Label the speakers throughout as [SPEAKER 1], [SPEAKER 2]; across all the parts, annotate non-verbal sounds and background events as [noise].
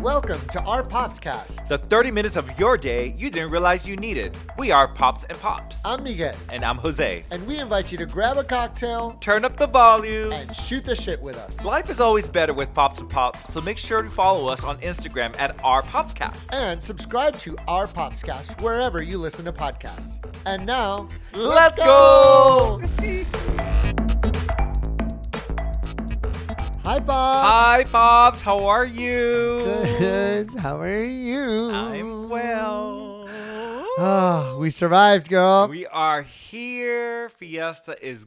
[SPEAKER 1] Welcome to our Popscast.
[SPEAKER 2] The 30 minutes of your day you didn't realize you needed. We are Pops and Pops.
[SPEAKER 1] I'm Miguel,
[SPEAKER 2] And I'm Jose.
[SPEAKER 1] and we invite you to grab a cocktail
[SPEAKER 2] Turn up the volume.
[SPEAKER 1] and shoot the shit with us.
[SPEAKER 2] Life is always better with Pops and Pops, so make sure to follow us on Instagram at our Popscast.
[SPEAKER 1] And subscribe to our Popscast wherever you listen to podcasts. And now,
[SPEAKER 2] Let's go!
[SPEAKER 1] Hi, Bob.
[SPEAKER 2] Hi, Pops. How are you?
[SPEAKER 1] Good. How are you?
[SPEAKER 2] I'm well.
[SPEAKER 1] Oh, we survived, girl.
[SPEAKER 2] We are here. Fiesta is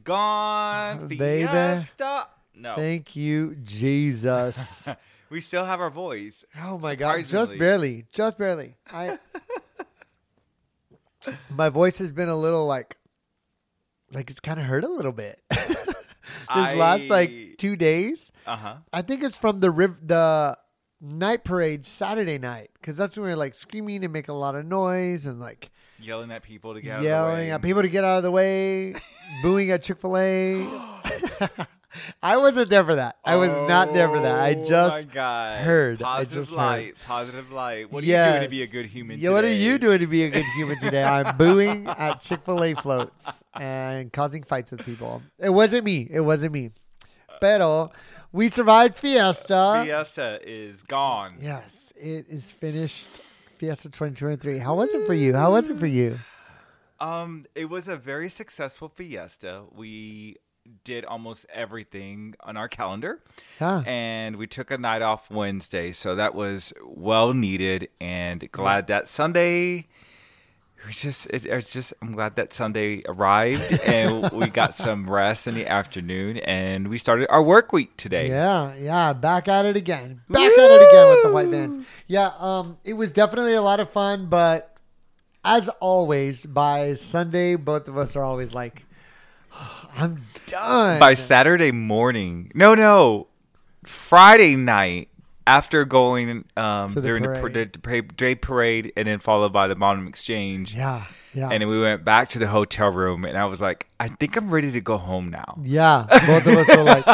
[SPEAKER 1] [laughs]
[SPEAKER 2] gone.
[SPEAKER 1] Baby.
[SPEAKER 2] Fiesta. No.
[SPEAKER 1] Thank you,
[SPEAKER 2] [laughs]
[SPEAKER 1] Jesus.
[SPEAKER 2] we still have our voice.
[SPEAKER 1] Oh my god, just
[SPEAKER 2] Surprisingly.
[SPEAKER 1] barely, just barely. I
[SPEAKER 2] [laughs]
[SPEAKER 1] my voice has been a little like, like it's kind of hurt a little bit. [laughs] this last
[SPEAKER 2] I-
[SPEAKER 1] like two days,
[SPEAKER 2] Uh huh.
[SPEAKER 1] I think it's from the riv- the night parade Saturday night because that's when we are like screaming and making a lot of noise and like
[SPEAKER 2] Yelling at people to get out of the
[SPEAKER 1] yelling
[SPEAKER 2] way.
[SPEAKER 1] at people to get out of the
[SPEAKER 2] [laughs]
[SPEAKER 1] way, booing at Chick Fil A. I wasn't there for that. I was not there for that. I
[SPEAKER 2] Oh
[SPEAKER 1] just
[SPEAKER 2] my God.
[SPEAKER 1] heard. I
[SPEAKER 2] Positive
[SPEAKER 1] just heard.
[SPEAKER 2] light. Positive light. What are you doing to be a
[SPEAKER 1] Yes.
[SPEAKER 2] good human?
[SPEAKER 1] Yeah, What are
[SPEAKER 2] today?
[SPEAKER 1] you doing to be a good human today? I'm
[SPEAKER 2] [laughs]
[SPEAKER 1] booing at Chick fil A floats and causing fights with people. It wasn't me. It wasn't me. Pero we survived Fiesta.
[SPEAKER 2] Fiesta is gone.
[SPEAKER 1] Yes, it is finished. Fiesta 2023. How was it for you? How was it for you?
[SPEAKER 2] Um, it was a very successful fiesta. We did almost everything on our calendar,
[SPEAKER 1] Huh.
[SPEAKER 2] and we took a night off Wednesday, so that was well needed. And glad that Sunday. it was Just it, it's just I'm glad that Sunday arrived
[SPEAKER 1] [laughs]
[SPEAKER 2] and we got some rest in the afternoon and we started our work week today.
[SPEAKER 1] Yeah, yeah, back at it again. Back at it again with the white vans. Yeah, um, it was definitely a lot of fun, but as always, by Sunday, both of us are always like, "Oh, I'm done.
[SPEAKER 2] by Saturday morning. No, no, Friday night after going um,
[SPEAKER 1] To the
[SPEAKER 2] during
[SPEAKER 1] parade.
[SPEAKER 2] the parade. day parade and then followed by the Bonham Exchange.
[SPEAKER 1] yeah, yeah.
[SPEAKER 2] And then we went back to the hotel room, and I was like, I think I'm ready to go home now.
[SPEAKER 1] Yeah, both of us were like,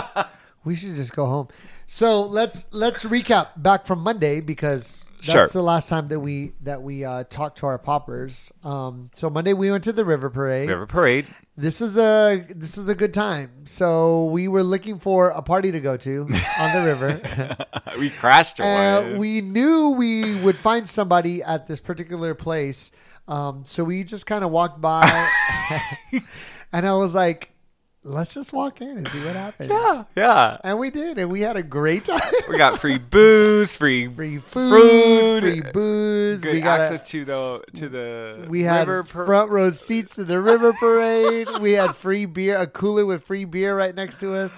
[SPEAKER 1] [laughs] we should just go home. So let's let's recap back from Monday because that's
[SPEAKER 2] Sure.
[SPEAKER 1] the last time that we that we uh, talked to our poppers. Um, so Monday we went to the river parade.
[SPEAKER 2] River Parade.
[SPEAKER 1] This is a this is a good time. So we were looking for a party to go to on the river.
[SPEAKER 2] [laughs] [laughs] we crashed
[SPEAKER 1] Uh,
[SPEAKER 2] one.
[SPEAKER 1] we knew we would find somebody at this particular place. Um, so we just kind of walked
[SPEAKER 2] [laughs]
[SPEAKER 1] by and I was like, let's just walk in and see what happens.
[SPEAKER 2] yeah, yeah.
[SPEAKER 1] And we did, and we had a great
[SPEAKER 2] [laughs]
[SPEAKER 1] time.
[SPEAKER 2] We got free booze, free,
[SPEAKER 1] [laughs] free food,
[SPEAKER 2] Fruit.
[SPEAKER 1] free booze.
[SPEAKER 2] good
[SPEAKER 1] we got a-
[SPEAKER 2] access to the to the
[SPEAKER 1] we had
[SPEAKER 2] river par-
[SPEAKER 1] front row seats to the river parade. we had free beer, a cooler with free beer right next to us.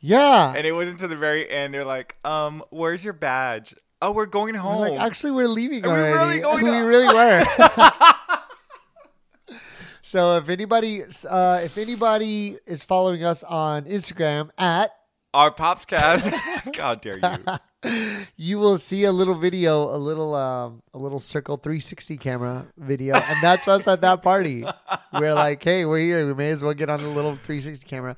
[SPEAKER 1] Yeah.
[SPEAKER 2] and it wasn't to the very end. They're like, um, where's your badge? Oh, we're going home.
[SPEAKER 1] We're like, actually, we're leaving
[SPEAKER 2] Are we really
[SPEAKER 1] already. [laughs]
[SPEAKER 2] going
[SPEAKER 1] we
[SPEAKER 2] to-
[SPEAKER 1] really were.
[SPEAKER 2] [laughs]
[SPEAKER 1] [laughs] so if anybody, uh, if anybody is following us on Instagram at, [laughs]
[SPEAKER 2] Our [laughs] Popscast. God dare you.
[SPEAKER 1] you will see a little video, a little, um, a little circle 360 camera video, and that's us at that party. We're like, hey, we're here. We may as well get on the little 360 camera.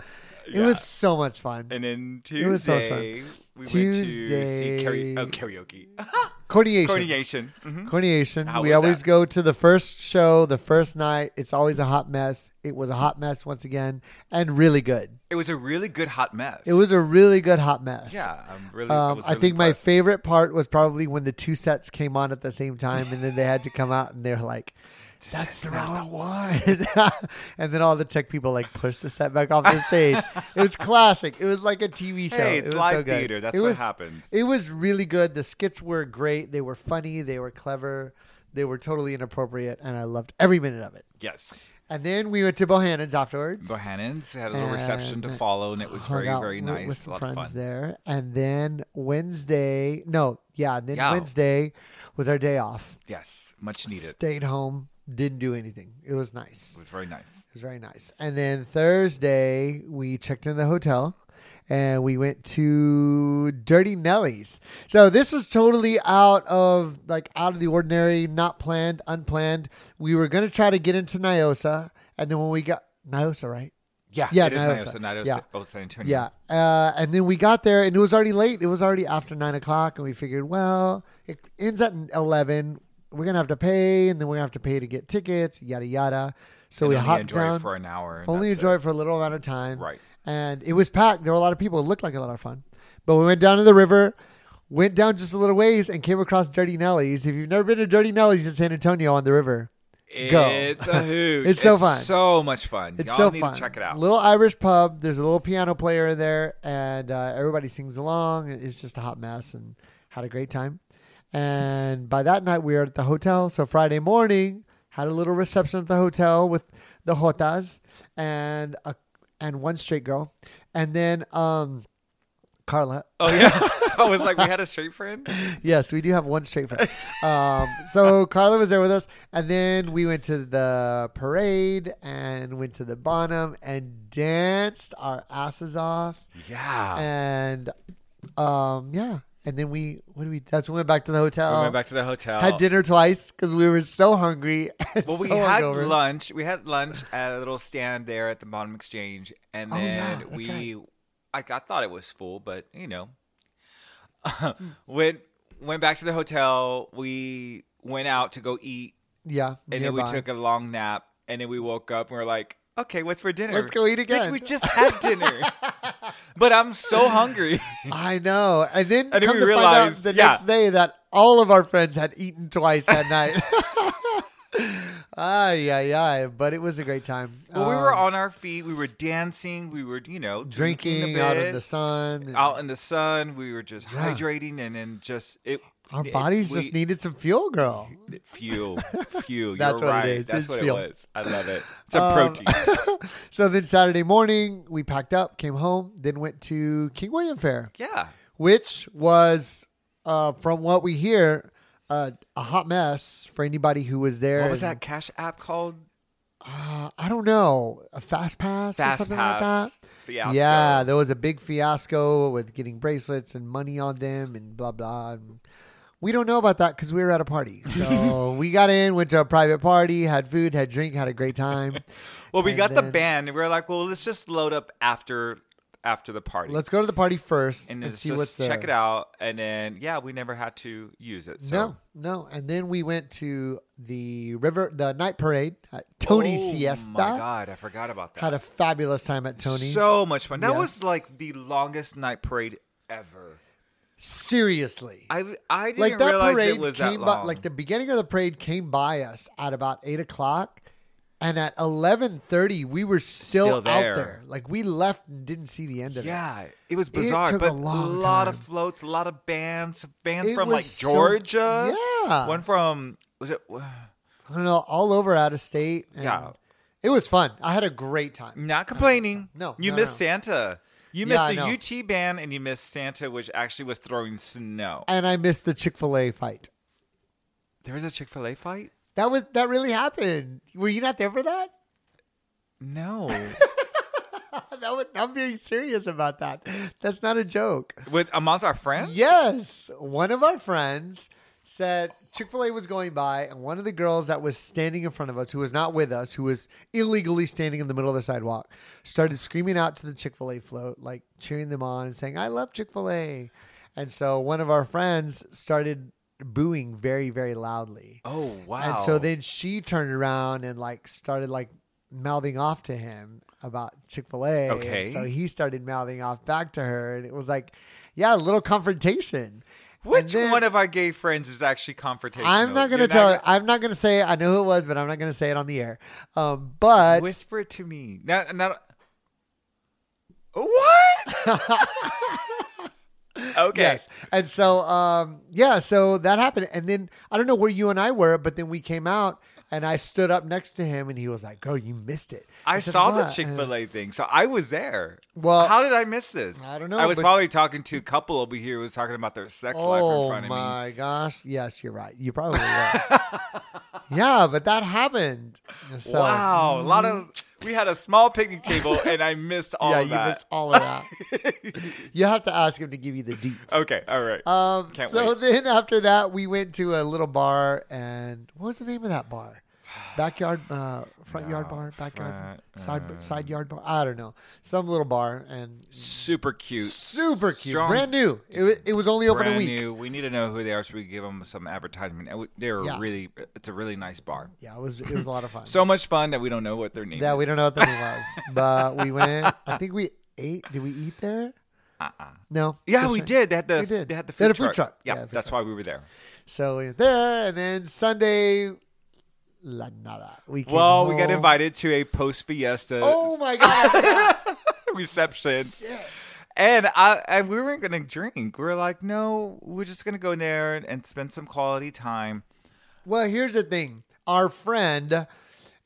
[SPEAKER 1] It
[SPEAKER 2] Yeah.
[SPEAKER 1] was so much fun. [laughs]
[SPEAKER 2] And then
[SPEAKER 1] was so
[SPEAKER 2] Tuesday, we
[SPEAKER 1] Tuesday-
[SPEAKER 2] went to see karaoke. oh,
[SPEAKER 1] [laughs]
[SPEAKER 2] karaoke. [laughs]
[SPEAKER 1] Coordination.
[SPEAKER 2] Coordination. hmm
[SPEAKER 1] Coronation.
[SPEAKER 2] How
[SPEAKER 1] we
[SPEAKER 2] was
[SPEAKER 1] always
[SPEAKER 2] that?
[SPEAKER 1] go to the first show, the first night. It's always a hot mess. It was a hot mess once again, and really good.
[SPEAKER 2] It was a really good hot mess.
[SPEAKER 1] It was a really good hot mess.
[SPEAKER 2] yeah, I'm really. I,
[SPEAKER 1] Um,
[SPEAKER 2] was
[SPEAKER 1] I
[SPEAKER 2] really
[SPEAKER 1] think my
[SPEAKER 2] impressed.
[SPEAKER 1] favorite part was probably when the two sets came on at the same time, and then they had to come out, and they're
[SPEAKER 2] [laughs]
[SPEAKER 1] like, "That's the wrong one," [laughs] and then all the tech people like pushed the set back off the stage. it was classic. It was like a TV show.
[SPEAKER 2] [laughs] Hey,
[SPEAKER 1] It
[SPEAKER 2] it's
[SPEAKER 1] was
[SPEAKER 2] live
[SPEAKER 1] so good.
[SPEAKER 2] theater. That's
[SPEAKER 1] It
[SPEAKER 2] what
[SPEAKER 1] was-
[SPEAKER 2] happens.
[SPEAKER 1] it was really good. The skits were great. They were funny. They were clever. They were totally inappropriate, and I loved every minute of it.
[SPEAKER 2] Yes,
[SPEAKER 1] And then we went to Bohannon's afterwards.
[SPEAKER 2] Bohannon's had a little reception to
[SPEAKER 1] And
[SPEAKER 2] follow, and it was
[SPEAKER 1] Hung
[SPEAKER 2] very,
[SPEAKER 1] out
[SPEAKER 2] very
[SPEAKER 1] wi-
[SPEAKER 2] nice.
[SPEAKER 1] With
[SPEAKER 2] a
[SPEAKER 1] some
[SPEAKER 2] lot of
[SPEAKER 1] friends
[SPEAKER 2] fun.
[SPEAKER 1] there, and then Wednesday. No, yeah. And then
[SPEAKER 2] Yeah.
[SPEAKER 1] Wednesday was our day off.
[SPEAKER 2] Yes, much needed.
[SPEAKER 1] Stayed home. Didn't do anything. It was nice.
[SPEAKER 2] It was very nice.
[SPEAKER 1] It was very nice. And then Thursday, we checked in the hotel and we went to Dirty Nelly's. So this was totally out of like out of the ordinary, not planned, unplanned. We were going to try to get into Nyosa. And then when we got Nyosa, right?
[SPEAKER 2] Yeah,
[SPEAKER 1] Yeah,
[SPEAKER 2] it is
[SPEAKER 1] Night of
[SPEAKER 2] Night of
[SPEAKER 1] San-
[SPEAKER 2] Night of
[SPEAKER 1] yeah.
[SPEAKER 2] San- of San Antonio.
[SPEAKER 1] Yeah. Uh, and then we got there and it was already late. It was already after nine o'clock. And we figured, well, it ends at 11. We're going to have to pay. And then we're going to have to pay to get tickets, yada, yada. So we
[SPEAKER 2] only
[SPEAKER 1] hopped
[SPEAKER 2] enjoy
[SPEAKER 1] down.
[SPEAKER 2] it for an hour. and
[SPEAKER 1] only
[SPEAKER 2] that's
[SPEAKER 1] enjoy
[SPEAKER 2] it.
[SPEAKER 1] it. for a little amount of time.
[SPEAKER 2] Right.
[SPEAKER 1] And it was packed. There were a lot of people. It looked like a lot of fun. But we went down to the river, went down just a little ways, and came across Dirty Nellies. If you've never been to Dirty Nellies in San Antonio on the river, Go.
[SPEAKER 2] It's a
[SPEAKER 1] [laughs]
[SPEAKER 2] hoot.
[SPEAKER 1] It's so fun.
[SPEAKER 2] So much fun.
[SPEAKER 1] It's
[SPEAKER 2] Y'all
[SPEAKER 1] so
[SPEAKER 2] need
[SPEAKER 1] fun.
[SPEAKER 2] to check it out.
[SPEAKER 1] Little Irish pub. There's a little piano player in there, and uh, everybody sings along. It's just a hot mess, and had a great time. And by that night, we were at the hotel. So Friday morning, had a little reception at the hotel with the Jotas and a, and one straight girl, and then um, Carla.
[SPEAKER 2] oh yeah. [laughs] I was like, we had a straight
[SPEAKER 1] [laughs]
[SPEAKER 2] friend.
[SPEAKER 1] Yes, we do have one straight friend. Um, so Carla was there with us, and then we went to the parade and went to the Bonham and danced our asses off,
[SPEAKER 2] Yeah.
[SPEAKER 1] and um, yeah, and then we what do we? That's when we went back to the hotel.
[SPEAKER 2] we went back to the hotel.
[SPEAKER 1] uh, had dinner twice because we were so hungry. and
[SPEAKER 2] Well, we
[SPEAKER 1] so
[SPEAKER 2] had
[SPEAKER 1] hungover.
[SPEAKER 2] lunch. We had lunch at a little stand there at the bottom exchange, and
[SPEAKER 1] Oh, yeah,
[SPEAKER 2] then
[SPEAKER 1] that's
[SPEAKER 2] we, like, I thought it was full, but you know, [laughs] went went back to the hotel. We went out to go eat,
[SPEAKER 1] Yeah,
[SPEAKER 2] and
[SPEAKER 1] nearby.
[SPEAKER 2] then we took a long nap, and then we woke up and we were like, okay, what's for dinner?
[SPEAKER 1] Let's go eat
[SPEAKER 2] Bitch,
[SPEAKER 1] again.
[SPEAKER 2] we just had
[SPEAKER 1] [laughs]
[SPEAKER 2] dinner, but I'm so hungry. [laughs]
[SPEAKER 1] I know, and then
[SPEAKER 2] then
[SPEAKER 1] come
[SPEAKER 2] we
[SPEAKER 1] to find
[SPEAKER 2] realized-
[SPEAKER 1] out the
[SPEAKER 2] yeah.
[SPEAKER 1] next day that all of our friends had eaten twice that
[SPEAKER 2] [laughs]
[SPEAKER 1] night. Ay, ay, ay! But it was a great time.
[SPEAKER 2] well, we were
[SPEAKER 1] Um,
[SPEAKER 2] on our feet. We were dancing. We were, you know, drinking, a
[SPEAKER 1] drinking out
[SPEAKER 2] bit.
[SPEAKER 1] in the sun. and
[SPEAKER 2] out in the sun. We were just
[SPEAKER 1] Yeah.
[SPEAKER 2] hydrating and then just it.
[SPEAKER 1] our
[SPEAKER 2] it-
[SPEAKER 1] bodies
[SPEAKER 2] we-
[SPEAKER 1] just needed some fuel, girl.
[SPEAKER 2] fuel.
[SPEAKER 1] [laughs]
[SPEAKER 2] Fuel.
[SPEAKER 1] That's
[SPEAKER 2] You're
[SPEAKER 1] what it
[SPEAKER 2] right.
[SPEAKER 1] is.
[SPEAKER 2] That's
[SPEAKER 1] It's
[SPEAKER 2] what
[SPEAKER 1] fuel.
[SPEAKER 2] it was. I love it. It's a
[SPEAKER 1] Um, [laughs]
[SPEAKER 2] protein.
[SPEAKER 1] So then Saturday morning, we packed up, came home, then went to King William Fair,
[SPEAKER 2] Yeah.
[SPEAKER 1] which was, uh, from what we hear, uh, a hot mess for anybody who was there.
[SPEAKER 2] What was
[SPEAKER 1] and-
[SPEAKER 2] that cash app called?
[SPEAKER 1] Uh, I don't know. A fast pass or
[SPEAKER 2] Fast
[SPEAKER 1] something
[SPEAKER 2] Pass.
[SPEAKER 1] like that.
[SPEAKER 2] Fiasco.
[SPEAKER 1] Yeah, there was a big fiasco with getting bracelets and money on them and blah blah. And we don't know about that because we were at a party.
[SPEAKER 2] [laughs]
[SPEAKER 1] So we got in, went to a private party, had food, had drink, had a great
[SPEAKER 2] [laughs]
[SPEAKER 1] time.
[SPEAKER 2] Well, we
[SPEAKER 1] And
[SPEAKER 2] got
[SPEAKER 1] then-
[SPEAKER 2] the band and we were like, well, let's just load up after after the party.
[SPEAKER 1] Let's go to the party first
[SPEAKER 2] and
[SPEAKER 1] and,
[SPEAKER 2] let's
[SPEAKER 1] see what's
[SPEAKER 2] just
[SPEAKER 1] there.
[SPEAKER 2] check it out. And then, yeah, we never had to use it. So.
[SPEAKER 1] No, no. And then we went to the river, the night parade at Tony
[SPEAKER 2] oh,
[SPEAKER 1] Siesta.
[SPEAKER 2] my God. I forgot about that.
[SPEAKER 1] Had a fabulous time at Tony's.
[SPEAKER 2] So much fun. That was
[SPEAKER 1] Yes.
[SPEAKER 2] like the longest night parade ever.
[SPEAKER 1] seriously.
[SPEAKER 2] I I didn't
[SPEAKER 1] like that
[SPEAKER 2] realize
[SPEAKER 1] parade
[SPEAKER 2] it was
[SPEAKER 1] came
[SPEAKER 2] that long.
[SPEAKER 1] by like the beginning of the parade came by us at about eight o'clock and at eleven thirty we were still,
[SPEAKER 2] Still
[SPEAKER 1] out
[SPEAKER 2] there.
[SPEAKER 1] there. Like we left and didn't see the end of it.
[SPEAKER 2] yeah, it was bizarre,
[SPEAKER 1] took a
[SPEAKER 2] but a,
[SPEAKER 1] long
[SPEAKER 2] lot of
[SPEAKER 1] time.
[SPEAKER 2] floats, a lot of bands, bands
[SPEAKER 1] It
[SPEAKER 2] from
[SPEAKER 1] was
[SPEAKER 2] like
[SPEAKER 1] so-
[SPEAKER 2] Georgia.
[SPEAKER 1] yeah.
[SPEAKER 2] one from was it? uh,
[SPEAKER 1] I don't know, all over out of state. and
[SPEAKER 2] Yeah.
[SPEAKER 1] It was fun. I had a great time.
[SPEAKER 2] Not complaining.
[SPEAKER 1] No,
[SPEAKER 2] you
[SPEAKER 1] no,
[SPEAKER 2] missed
[SPEAKER 1] no.
[SPEAKER 2] Santa. You
[SPEAKER 1] Yeah, I
[SPEAKER 2] missed
[SPEAKER 1] know.
[SPEAKER 2] a UT band, and you missed Santa, which actually was throwing snow.
[SPEAKER 1] And I missed the Chick fil A fight.
[SPEAKER 2] There was a Chick Fil A fight.
[SPEAKER 1] That was that really happened. Were you not there for that? [laughs]
[SPEAKER 2] No,
[SPEAKER 1] that was, I'm very serious about that. That's not a joke.
[SPEAKER 2] with amongst our friends.
[SPEAKER 1] Yes. One of our friends said Chick fil A was going by, and one of the girls that was standing in front of us, who was not with us, who was illegally standing in the middle of the sidewalk, started screaming out to the Chick fil A float, like cheering them on and saying, I love Chick fil A. And so one of our friends started booing very, very loudly.
[SPEAKER 2] Oh wow!
[SPEAKER 1] And so then she turned around and like started like mouthing off to him about Chick Fil A.
[SPEAKER 2] Okay.
[SPEAKER 1] So he started mouthing off back to her, and it was like, yeah, a little confrontation. And
[SPEAKER 2] which
[SPEAKER 1] then-
[SPEAKER 2] one of our gay friends is actually confrontational?
[SPEAKER 1] I'm not gonna
[SPEAKER 2] You're
[SPEAKER 1] tell. I'm not gonna say. I know who it was, but I'm not gonna say it on the air. Um, but
[SPEAKER 2] Whisper it to me. Not, not. What?
[SPEAKER 1] [laughs]
[SPEAKER 2] okay.
[SPEAKER 1] Yes. And so, um, yeah, so that happened. And then I don't know where you and I were, but then we came out and I stood up next to him and he was like, girl, you missed it.
[SPEAKER 2] I
[SPEAKER 1] said,
[SPEAKER 2] saw the
[SPEAKER 1] "What?"
[SPEAKER 2] Chick Fil A thing, so I was there.
[SPEAKER 1] Well-
[SPEAKER 2] how did I miss this?
[SPEAKER 1] I don't know,
[SPEAKER 2] I was
[SPEAKER 1] but- Oh
[SPEAKER 2] probably talking to a couple over here who was talking about their sex life in front of me.
[SPEAKER 1] my gosh. Yes, you're right. You probably were. [laughs] yeah, but that happened. So,
[SPEAKER 2] wow, a lot of we had a small picnic table,
[SPEAKER 1] [laughs]
[SPEAKER 2] and I missed all
[SPEAKER 1] Mm-hmm. yeah,
[SPEAKER 2] of
[SPEAKER 1] you missed
[SPEAKER 2] that.
[SPEAKER 1] all of that. you have to ask him to give you the deets.
[SPEAKER 2] [laughs] okay, all right.
[SPEAKER 1] Um,
[SPEAKER 2] Can't
[SPEAKER 1] so
[SPEAKER 2] wait. [sighs]
[SPEAKER 1] then after that, we went to a little bar, and what was the name of that bar? backyard, uh, front yard
[SPEAKER 2] No,
[SPEAKER 1] bar, backyard,
[SPEAKER 2] front,
[SPEAKER 1] side
[SPEAKER 2] uh,
[SPEAKER 1] side yard bar. I don't know, some little bar and
[SPEAKER 2] Super cute.
[SPEAKER 1] super cute,
[SPEAKER 2] Strong,
[SPEAKER 1] brand new. It, wa- it was only open
[SPEAKER 2] brand
[SPEAKER 1] a week.
[SPEAKER 2] new. We need to know who they are so we can give them some advertisement. And we- They're
[SPEAKER 1] Yeah.
[SPEAKER 2] really, it's a really nice bar.
[SPEAKER 1] Yeah, it was it was a lot of fun.
[SPEAKER 2] So much fun that we don't know what their name
[SPEAKER 1] yeah,
[SPEAKER 2] is.
[SPEAKER 1] we don't know what the name
[SPEAKER 2] [laughs]
[SPEAKER 1] was, but we went. I think we ate. Did we eat there?
[SPEAKER 2] Uh-uh.
[SPEAKER 1] No.
[SPEAKER 2] Yeah,
[SPEAKER 1] Fish
[SPEAKER 2] we
[SPEAKER 1] and-
[SPEAKER 2] did. They had the,
[SPEAKER 1] We did.
[SPEAKER 2] They had the food,
[SPEAKER 1] They had a food
[SPEAKER 2] truck.
[SPEAKER 1] truck.
[SPEAKER 2] Yeah,
[SPEAKER 1] Yeah, food
[SPEAKER 2] that's
[SPEAKER 1] truck.
[SPEAKER 2] why we were there.
[SPEAKER 1] So we went there, and then Sunday, la nada. We came
[SPEAKER 2] Well, we got
[SPEAKER 1] home.
[SPEAKER 2] invited to a post fiesta
[SPEAKER 1] Oh my god! [laughs]
[SPEAKER 2] reception. And I and we weren't gonna drink. We were like, no, we're just gonna go in there and, and spend some quality time.
[SPEAKER 1] well, here's the thing. Our friend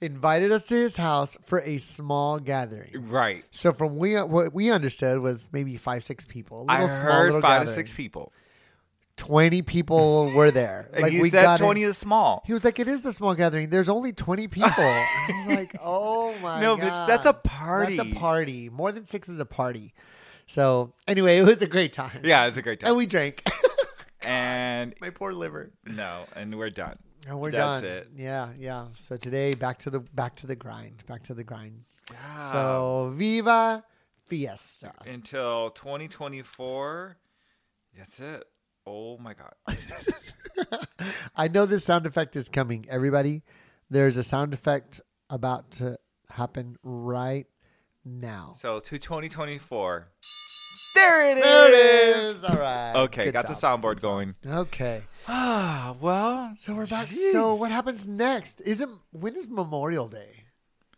[SPEAKER 1] invited us to his house for a small gathering.
[SPEAKER 2] Right.
[SPEAKER 1] So from we what we understood was maybe five six people. A little
[SPEAKER 2] I
[SPEAKER 1] small
[SPEAKER 2] heard
[SPEAKER 1] little
[SPEAKER 2] five to
[SPEAKER 1] gathering.
[SPEAKER 2] six people.
[SPEAKER 1] Twenty people were there.
[SPEAKER 2] [laughs] And
[SPEAKER 1] like
[SPEAKER 2] you
[SPEAKER 1] we
[SPEAKER 2] said
[SPEAKER 1] got in-
[SPEAKER 2] twenty is small.
[SPEAKER 1] He was like, "It is the small gathering. There's only 20 people." I
[SPEAKER 2] [laughs]
[SPEAKER 1] was like, "Oh my
[SPEAKER 2] No,
[SPEAKER 1] god,
[SPEAKER 2] bitch, that's a
[SPEAKER 1] That's
[SPEAKER 2] party.
[SPEAKER 1] a party. More than six is a party." So anyway, it was a great time.
[SPEAKER 2] Yeah, it was a great
[SPEAKER 1] and
[SPEAKER 2] time.
[SPEAKER 1] we drank. [laughs]
[SPEAKER 2] And,
[SPEAKER 1] my poor liver.
[SPEAKER 2] no, and we're done.
[SPEAKER 1] And we're
[SPEAKER 2] That's
[SPEAKER 1] done.
[SPEAKER 2] it.
[SPEAKER 1] Yeah, yeah. So today, back to the back to the grind, back to the grind.
[SPEAKER 2] Wow.
[SPEAKER 1] So viva fiesta. [laughs]
[SPEAKER 2] until twenty twenty four. That's it. Oh my god.
[SPEAKER 1] I know this sound effect is coming. Everybody, there's a sound effect about to happen right now.
[SPEAKER 2] So to twenty twenty four. There it is.
[SPEAKER 1] There it is. All right.
[SPEAKER 2] Okay,
[SPEAKER 1] Good
[SPEAKER 2] got
[SPEAKER 1] job.
[SPEAKER 2] the
[SPEAKER 1] [sighs]
[SPEAKER 2] soundboard going.
[SPEAKER 1] Okay.
[SPEAKER 2] Ah, well,
[SPEAKER 1] So we're back.
[SPEAKER 2] Jeez.
[SPEAKER 1] So what happens next? Isn't when is Memorial Day?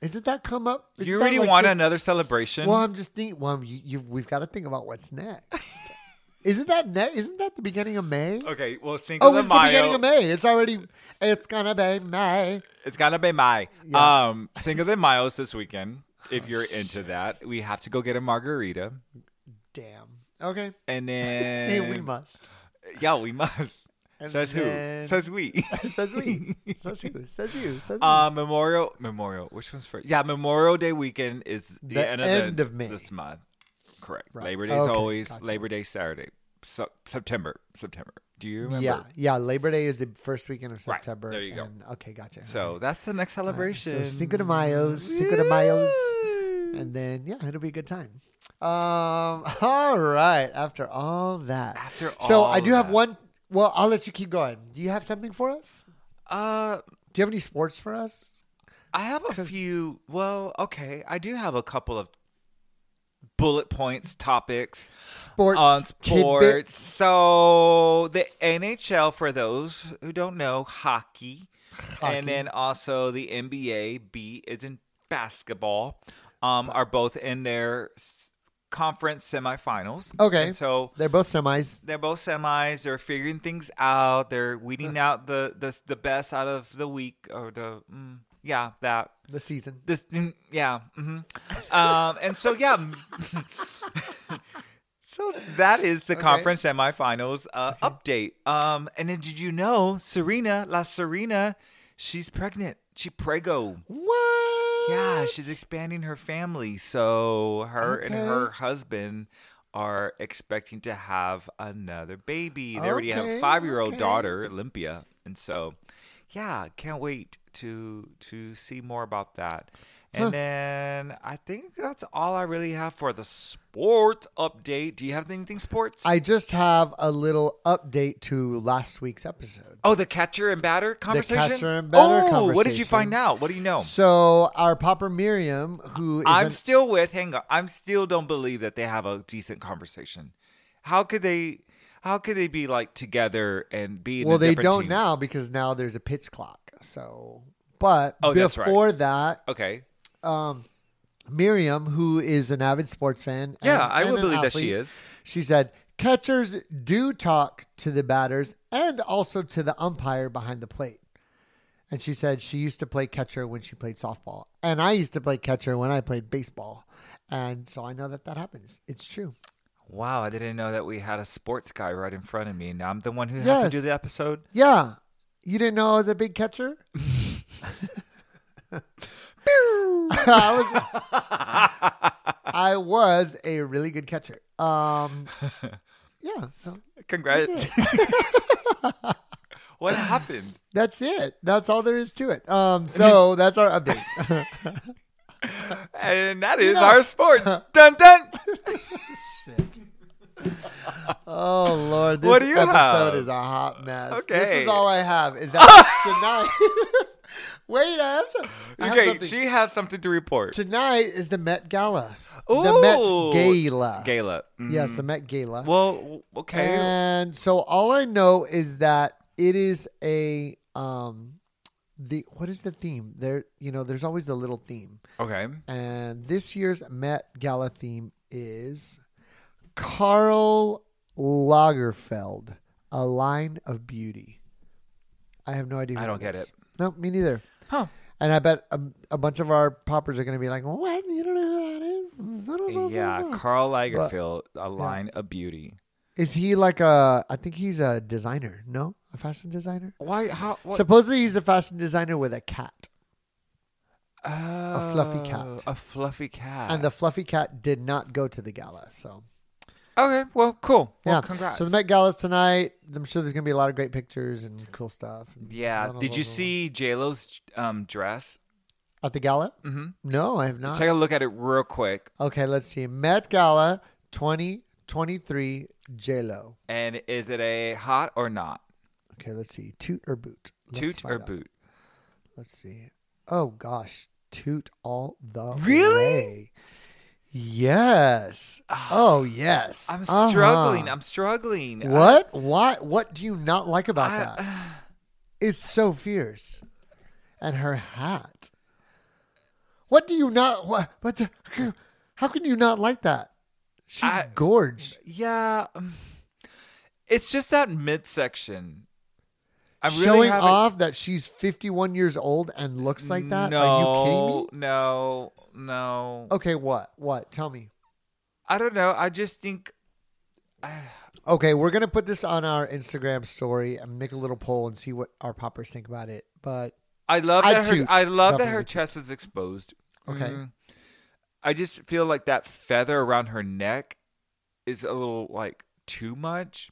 [SPEAKER 1] Isn't that come up? Isn't
[SPEAKER 2] you
[SPEAKER 1] that
[SPEAKER 2] really
[SPEAKER 1] like
[SPEAKER 2] want
[SPEAKER 1] this-
[SPEAKER 2] another celebration?
[SPEAKER 1] Well, I'm just thinking. Well, you, you, we've got to think about what's
[SPEAKER 2] [laughs]
[SPEAKER 1] next. isn't that ne- Isn't that the beginning of May?
[SPEAKER 2] Okay, well, Cinco
[SPEAKER 1] Oh,
[SPEAKER 2] de
[SPEAKER 1] it's the beginning
[SPEAKER 2] Mayo.
[SPEAKER 1] of May. It's already. It's gonna be May.
[SPEAKER 2] it's gonna be my
[SPEAKER 1] Yeah. Oh,
[SPEAKER 2] um Cinco de Mayo is this weekend. If you're into that, we have to go get a margarita,
[SPEAKER 1] Damn. Okay. [laughs]
[SPEAKER 2] and
[SPEAKER 1] Hey,
[SPEAKER 2] then
[SPEAKER 1] we must. [laughs]
[SPEAKER 2] Yeah, we must.
[SPEAKER 1] And
[SPEAKER 2] Says who?
[SPEAKER 1] then-
[SPEAKER 2] Says we.
[SPEAKER 1] Says we. Says who? Says you. Says me.
[SPEAKER 2] Uh, Memorial, Memorial. Which one's first? Yeah, Memorial Day weekend is the,
[SPEAKER 1] The
[SPEAKER 2] end,
[SPEAKER 1] end
[SPEAKER 2] the,
[SPEAKER 1] of May.
[SPEAKER 2] This month, correct.
[SPEAKER 1] Right.
[SPEAKER 2] Labor Day is
[SPEAKER 1] Okay,
[SPEAKER 2] always
[SPEAKER 1] gotcha.
[SPEAKER 2] Labor Day Saturday, so, September, September. Do you remember?
[SPEAKER 1] Yeah, yeah. Labor Day is the first weekend of
[SPEAKER 2] Right,
[SPEAKER 1] September.
[SPEAKER 2] there you go.
[SPEAKER 1] and- okay, gotcha.
[SPEAKER 2] So that's the next celebration.
[SPEAKER 1] So Cinco de Mayo's, Cinco de Mayo's, and then yeah, it'll be a good time. Um, [laughs] all right. After all that,
[SPEAKER 2] After
[SPEAKER 1] so I
[SPEAKER 2] all
[SPEAKER 1] do have
[SPEAKER 2] that.
[SPEAKER 1] one. Well, I'll let you keep going. Do you have something for us?
[SPEAKER 2] Uh,
[SPEAKER 1] Do you have any sports for us?
[SPEAKER 2] I have a few. Well, okay, I do have a couple of bullet points topics.
[SPEAKER 1] Sports,
[SPEAKER 2] on Um, sports.
[SPEAKER 1] tidbits?
[SPEAKER 2] So the NHL, for those who don't know, hockey,
[SPEAKER 1] Hockey.
[SPEAKER 2] and then also the NBA. B is in basketball. Um, are both in their s- conference semifinals.
[SPEAKER 1] Okay.
[SPEAKER 2] And so
[SPEAKER 1] They're both semis.
[SPEAKER 2] they're both semis. They're figuring things out. They're
[SPEAKER 1] Uh.
[SPEAKER 2] weeding out the the, the best out of the week or the mm, yeah that
[SPEAKER 1] The season.
[SPEAKER 2] this mm, yeah hmm um and so yeah [laughs] so that is the conference semifinals uh update um and then did you know serena la serena she's pregnant she prego
[SPEAKER 1] What?
[SPEAKER 2] yeah she's expanding her family so her and
[SPEAKER 1] Okay.
[SPEAKER 2] her husband are expecting to have another baby they already have a
[SPEAKER 1] Okay,
[SPEAKER 2] five-year-old
[SPEAKER 1] okay.
[SPEAKER 2] daughter olympia and so yeah can't wait to to see more about that and then i think that's all i really have for the sports update do you have anything sports
[SPEAKER 1] I just have a little update to last week's episode.
[SPEAKER 2] oh the catcher and batter conversation
[SPEAKER 1] catcher and batter
[SPEAKER 2] oh what did you find
[SPEAKER 1] conversation.
[SPEAKER 2] out what do you know
[SPEAKER 1] So our Papa Miriam, who is
[SPEAKER 2] Oh. I'm
[SPEAKER 1] an-
[SPEAKER 2] still with. Hang on. I'm still don't believe that they have a decent conversation. How could they? How could they be like together and be? In
[SPEAKER 1] well,
[SPEAKER 2] a
[SPEAKER 1] they
[SPEAKER 2] different
[SPEAKER 1] don't
[SPEAKER 2] team?
[SPEAKER 1] now because now there's a pitch clock. So, but
[SPEAKER 2] Oh, that's right.
[SPEAKER 1] before
[SPEAKER 2] Okay.
[SPEAKER 1] that, um, Miriam, who is an avid sports fan, and-
[SPEAKER 2] Yeah, I
[SPEAKER 1] and
[SPEAKER 2] would
[SPEAKER 1] an
[SPEAKER 2] believe that she
[SPEAKER 1] athlete,
[SPEAKER 2] is.
[SPEAKER 1] She said catchers do talk to the batters and also to the umpire behind the plate. And she said she used to play catcher when she played softball, and I used to play catcher when I played baseball, and so I know that that happens. It's true.
[SPEAKER 2] Wow, I didn't know that we had a sports guy right in front of me. Now I'm the one who has to
[SPEAKER 1] Yes.
[SPEAKER 2] do the episode.
[SPEAKER 1] Yeah, you didn't know I was a big
[SPEAKER 2] [laughs]
[SPEAKER 1] catcher. I was, I was a really good catcher.
[SPEAKER 2] [laughs]
[SPEAKER 1] Um, yeah. So
[SPEAKER 2] Congrats. [laughs] What happened?
[SPEAKER 1] That's it. That's all there is to it. Um, so [laughs] that's our update.
[SPEAKER 2] And that is
[SPEAKER 1] [laughs]
[SPEAKER 2] our sports. Dun dun.
[SPEAKER 1] Oh Lord, this
[SPEAKER 2] What do you
[SPEAKER 1] episode
[SPEAKER 2] have?
[SPEAKER 1] is a hot mess. this
[SPEAKER 2] Okay.
[SPEAKER 1] is all I have. Is
[SPEAKER 2] [laughs]
[SPEAKER 1] that tonight? [laughs] Wait, I have, some, I have
[SPEAKER 2] Okay,
[SPEAKER 1] something.
[SPEAKER 2] she has something to report.
[SPEAKER 1] tonight is the Met Gala. the
[SPEAKER 2] Ooh.
[SPEAKER 1] Met Gala.
[SPEAKER 2] Gala. Mhm.
[SPEAKER 1] Yes, the Met Gala.
[SPEAKER 2] Well, w- okay.
[SPEAKER 1] And so all I know is that it is a um the what is the theme? There you know, there's always a little theme.
[SPEAKER 2] okay.
[SPEAKER 1] And this year's Met Gala theme is Carl Lagerfeld, a line of beauty. I have no idea. who
[SPEAKER 2] I don't
[SPEAKER 1] that
[SPEAKER 2] get
[SPEAKER 1] is.
[SPEAKER 2] it.
[SPEAKER 1] No, me neither.
[SPEAKER 2] Huh.
[SPEAKER 1] And I bet a, a bunch of our poppers are going to be like, "What? You don't know who that is?" I don't know who that
[SPEAKER 2] Yeah,
[SPEAKER 1] is."
[SPEAKER 2] Carl Lagerfeld, a line of beauty.
[SPEAKER 1] Is he like a? I think he's a designer. No, a fashion designer.
[SPEAKER 2] Why? How? What?
[SPEAKER 1] Supposedly, he's a fashion designer with a cat,
[SPEAKER 2] a
[SPEAKER 1] fluffy cat.
[SPEAKER 2] Oh. A fluffy cat.
[SPEAKER 1] and the fluffy cat did not go to the gala. So
[SPEAKER 2] okay, well, cool. Well,
[SPEAKER 1] yeah,
[SPEAKER 2] congrats.
[SPEAKER 1] So the Met Gala's tonight. I'm sure there's gonna be a lot of great pictures and cool stuff. and blah,
[SPEAKER 2] yeah.
[SPEAKER 1] blah,
[SPEAKER 2] Did
[SPEAKER 1] blah,
[SPEAKER 2] you
[SPEAKER 1] blah,
[SPEAKER 2] see J Lo's um, dress?
[SPEAKER 1] blah. at the gala?
[SPEAKER 2] Mhm.
[SPEAKER 1] No, I have not.
[SPEAKER 2] Take a look at it real quick,
[SPEAKER 1] okay, let's see. Met Gala 2023 J Lo.
[SPEAKER 2] and is it a hot or not?
[SPEAKER 1] Okay, let's see. Toot or boot? Let's
[SPEAKER 2] Toot
[SPEAKER 1] find
[SPEAKER 2] or
[SPEAKER 1] out.
[SPEAKER 2] boot?
[SPEAKER 1] Let's see. Oh gosh, toot all the
[SPEAKER 2] Really?
[SPEAKER 1] way. Yes.
[SPEAKER 2] [sighs]
[SPEAKER 1] Oh yes.
[SPEAKER 2] I'm
[SPEAKER 1] Uh-huh.
[SPEAKER 2] struggling. I'm struggling. I-
[SPEAKER 1] What? Why? What do you not like about
[SPEAKER 2] I- uh,
[SPEAKER 1] that? It's so fierce, and her hat. What do you not? What? What? the- how can you not like that? She's
[SPEAKER 2] I-
[SPEAKER 1] gorged.
[SPEAKER 2] yeah. um, It's just that midsection. I'm
[SPEAKER 1] showing
[SPEAKER 2] having-
[SPEAKER 1] off that she's 51 years old and looks like that.
[SPEAKER 2] No,
[SPEAKER 1] Are you kidding me? Oh.
[SPEAKER 2] No, no.
[SPEAKER 1] Okay, what? What? Tell me.
[SPEAKER 2] I don't know. I just think. I-
[SPEAKER 1] Okay, we're gonna put this on our Instagram story and make a little poll and see what our poppers think about it. But
[SPEAKER 2] I love
[SPEAKER 1] I
[SPEAKER 2] that her.
[SPEAKER 1] toot.
[SPEAKER 2] I love that
[SPEAKER 1] Definitely
[SPEAKER 2] her
[SPEAKER 1] toot.
[SPEAKER 2] chest is exposed.
[SPEAKER 1] Okay.
[SPEAKER 2] Mhm. I just feel like that feather around her neck is a little like too much.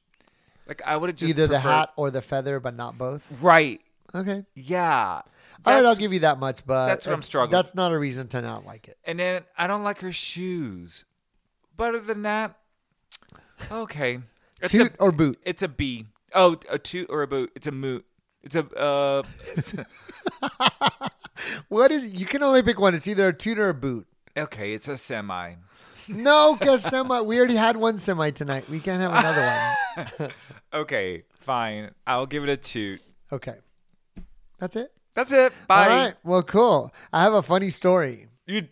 [SPEAKER 2] Like I would have just
[SPEAKER 1] either the
[SPEAKER 2] preferred-
[SPEAKER 1] hat or the feather, but not both.
[SPEAKER 2] Right.
[SPEAKER 1] Okay. All
[SPEAKER 2] Yeah.
[SPEAKER 1] right, I'll
[SPEAKER 2] That's-
[SPEAKER 1] give you that much, but
[SPEAKER 2] that's what I'm
[SPEAKER 1] it's-
[SPEAKER 2] struggling-
[SPEAKER 1] That's not a reason to not like it.
[SPEAKER 2] And then I don't like her shoes. But other than that, okay. It's
[SPEAKER 1] Toot
[SPEAKER 2] a
[SPEAKER 1] or boot?
[SPEAKER 2] it's a B. Oh, a toot or a boot. It's a moot. It's a uh it's a-
[SPEAKER 1] What is? You can only pick one. It's either a toot or a boot.
[SPEAKER 2] okay, it's a semi.
[SPEAKER 1] No, because semi. We already had one semi tonight. We can't have another
[SPEAKER 2] [laughs]
[SPEAKER 1] one.
[SPEAKER 2] Okay, fine. I'll give it a toot.
[SPEAKER 1] Okay, that's it.
[SPEAKER 2] That's it. Bye.
[SPEAKER 1] All right. Well, cool. I have a funny story.
[SPEAKER 2] You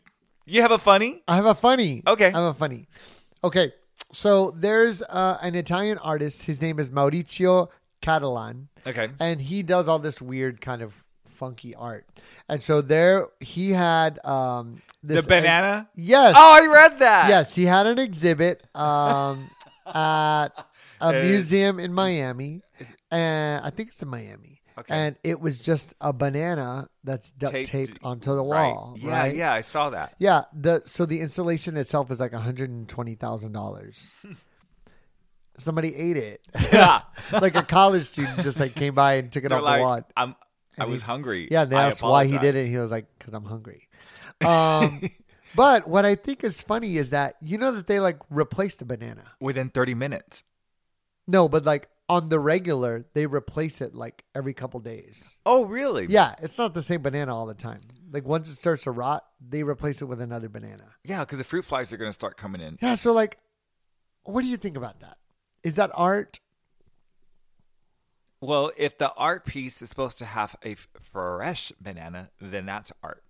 [SPEAKER 2] you have a funny?
[SPEAKER 1] I have a funny.
[SPEAKER 2] Okay.
[SPEAKER 1] I have a funny. Okay. So there's uh, an Italian artist. His name is Maurizio Catalan.
[SPEAKER 2] Okay.
[SPEAKER 1] and he does all this weird kind of funky art. And so there he had um
[SPEAKER 2] The
[SPEAKER 1] this
[SPEAKER 2] banana?
[SPEAKER 1] yes.
[SPEAKER 2] oh, I read that.
[SPEAKER 1] Yes, he had an exhibit
[SPEAKER 2] [laughs]
[SPEAKER 1] um at a museum in Miami. And I think it's in Miami.
[SPEAKER 2] Okay.
[SPEAKER 1] And it was just a banana that's duct
[SPEAKER 2] Taped-
[SPEAKER 1] taped, onto the
[SPEAKER 2] Right.
[SPEAKER 1] wall.
[SPEAKER 2] Yeah,
[SPEAKER 1] right?
[SPEAKER 2] yeah, I
[SPEAKER 1] [laughs]
[SPEAKER 2] saw that.
[SPEAKER 1] Yeah, the so the installation itself is like hundred and twenty thousand
[SPEAKER 2] [laughs]
[SPEAKER 1] dollars. Somebody ate it. [laughs]
[SPEAKER 2] Yeah.
[SPEAKER 1] like a college student just like came by and took it
[SPEAKER 2] [laughs] They're
[SPEAKER 1] off the
[SPEAKER 2] like,
[SPEAKER 1] lot.
[SPEAKER 2] I'm I
[SPEAKER 1] And
[SPEAKER 2] was
[SPEAKER 1] he-
[SPEAKER 2] hungry.
[SPEAKER 1] Yeah, and they
[SPEAKER 2] I
[SPEAKER 1] asked why he
[SPEAKER 2] apologize.
[SPEAKER 1] did it. He was like, "Cause I'm hungry."
[SPEAKER 2] [laughs]
[SPEAKER 1] Um, but what I think is funny is that you know that they like replaced a banana.
[SPEAKER 2] within 30 minutes.
[SPEAKER 1] No, but like on the regular, they replace it like every couple days.
[SPEAKER 2] Oh, really?
[SPEAKER 1] Yeah, it's not the same banana all the time. Like once it starts to rot, they replace it with another banana.
[SPEAKER 2] Yeah, because the fruit flies are going to start coming in.
[SPEAKER 1] Yeah, so like, what do you think about that? Is that art?
[SPEAKER 2] Well, if the art piece is supposed to have a f- fresh banana, then that's art.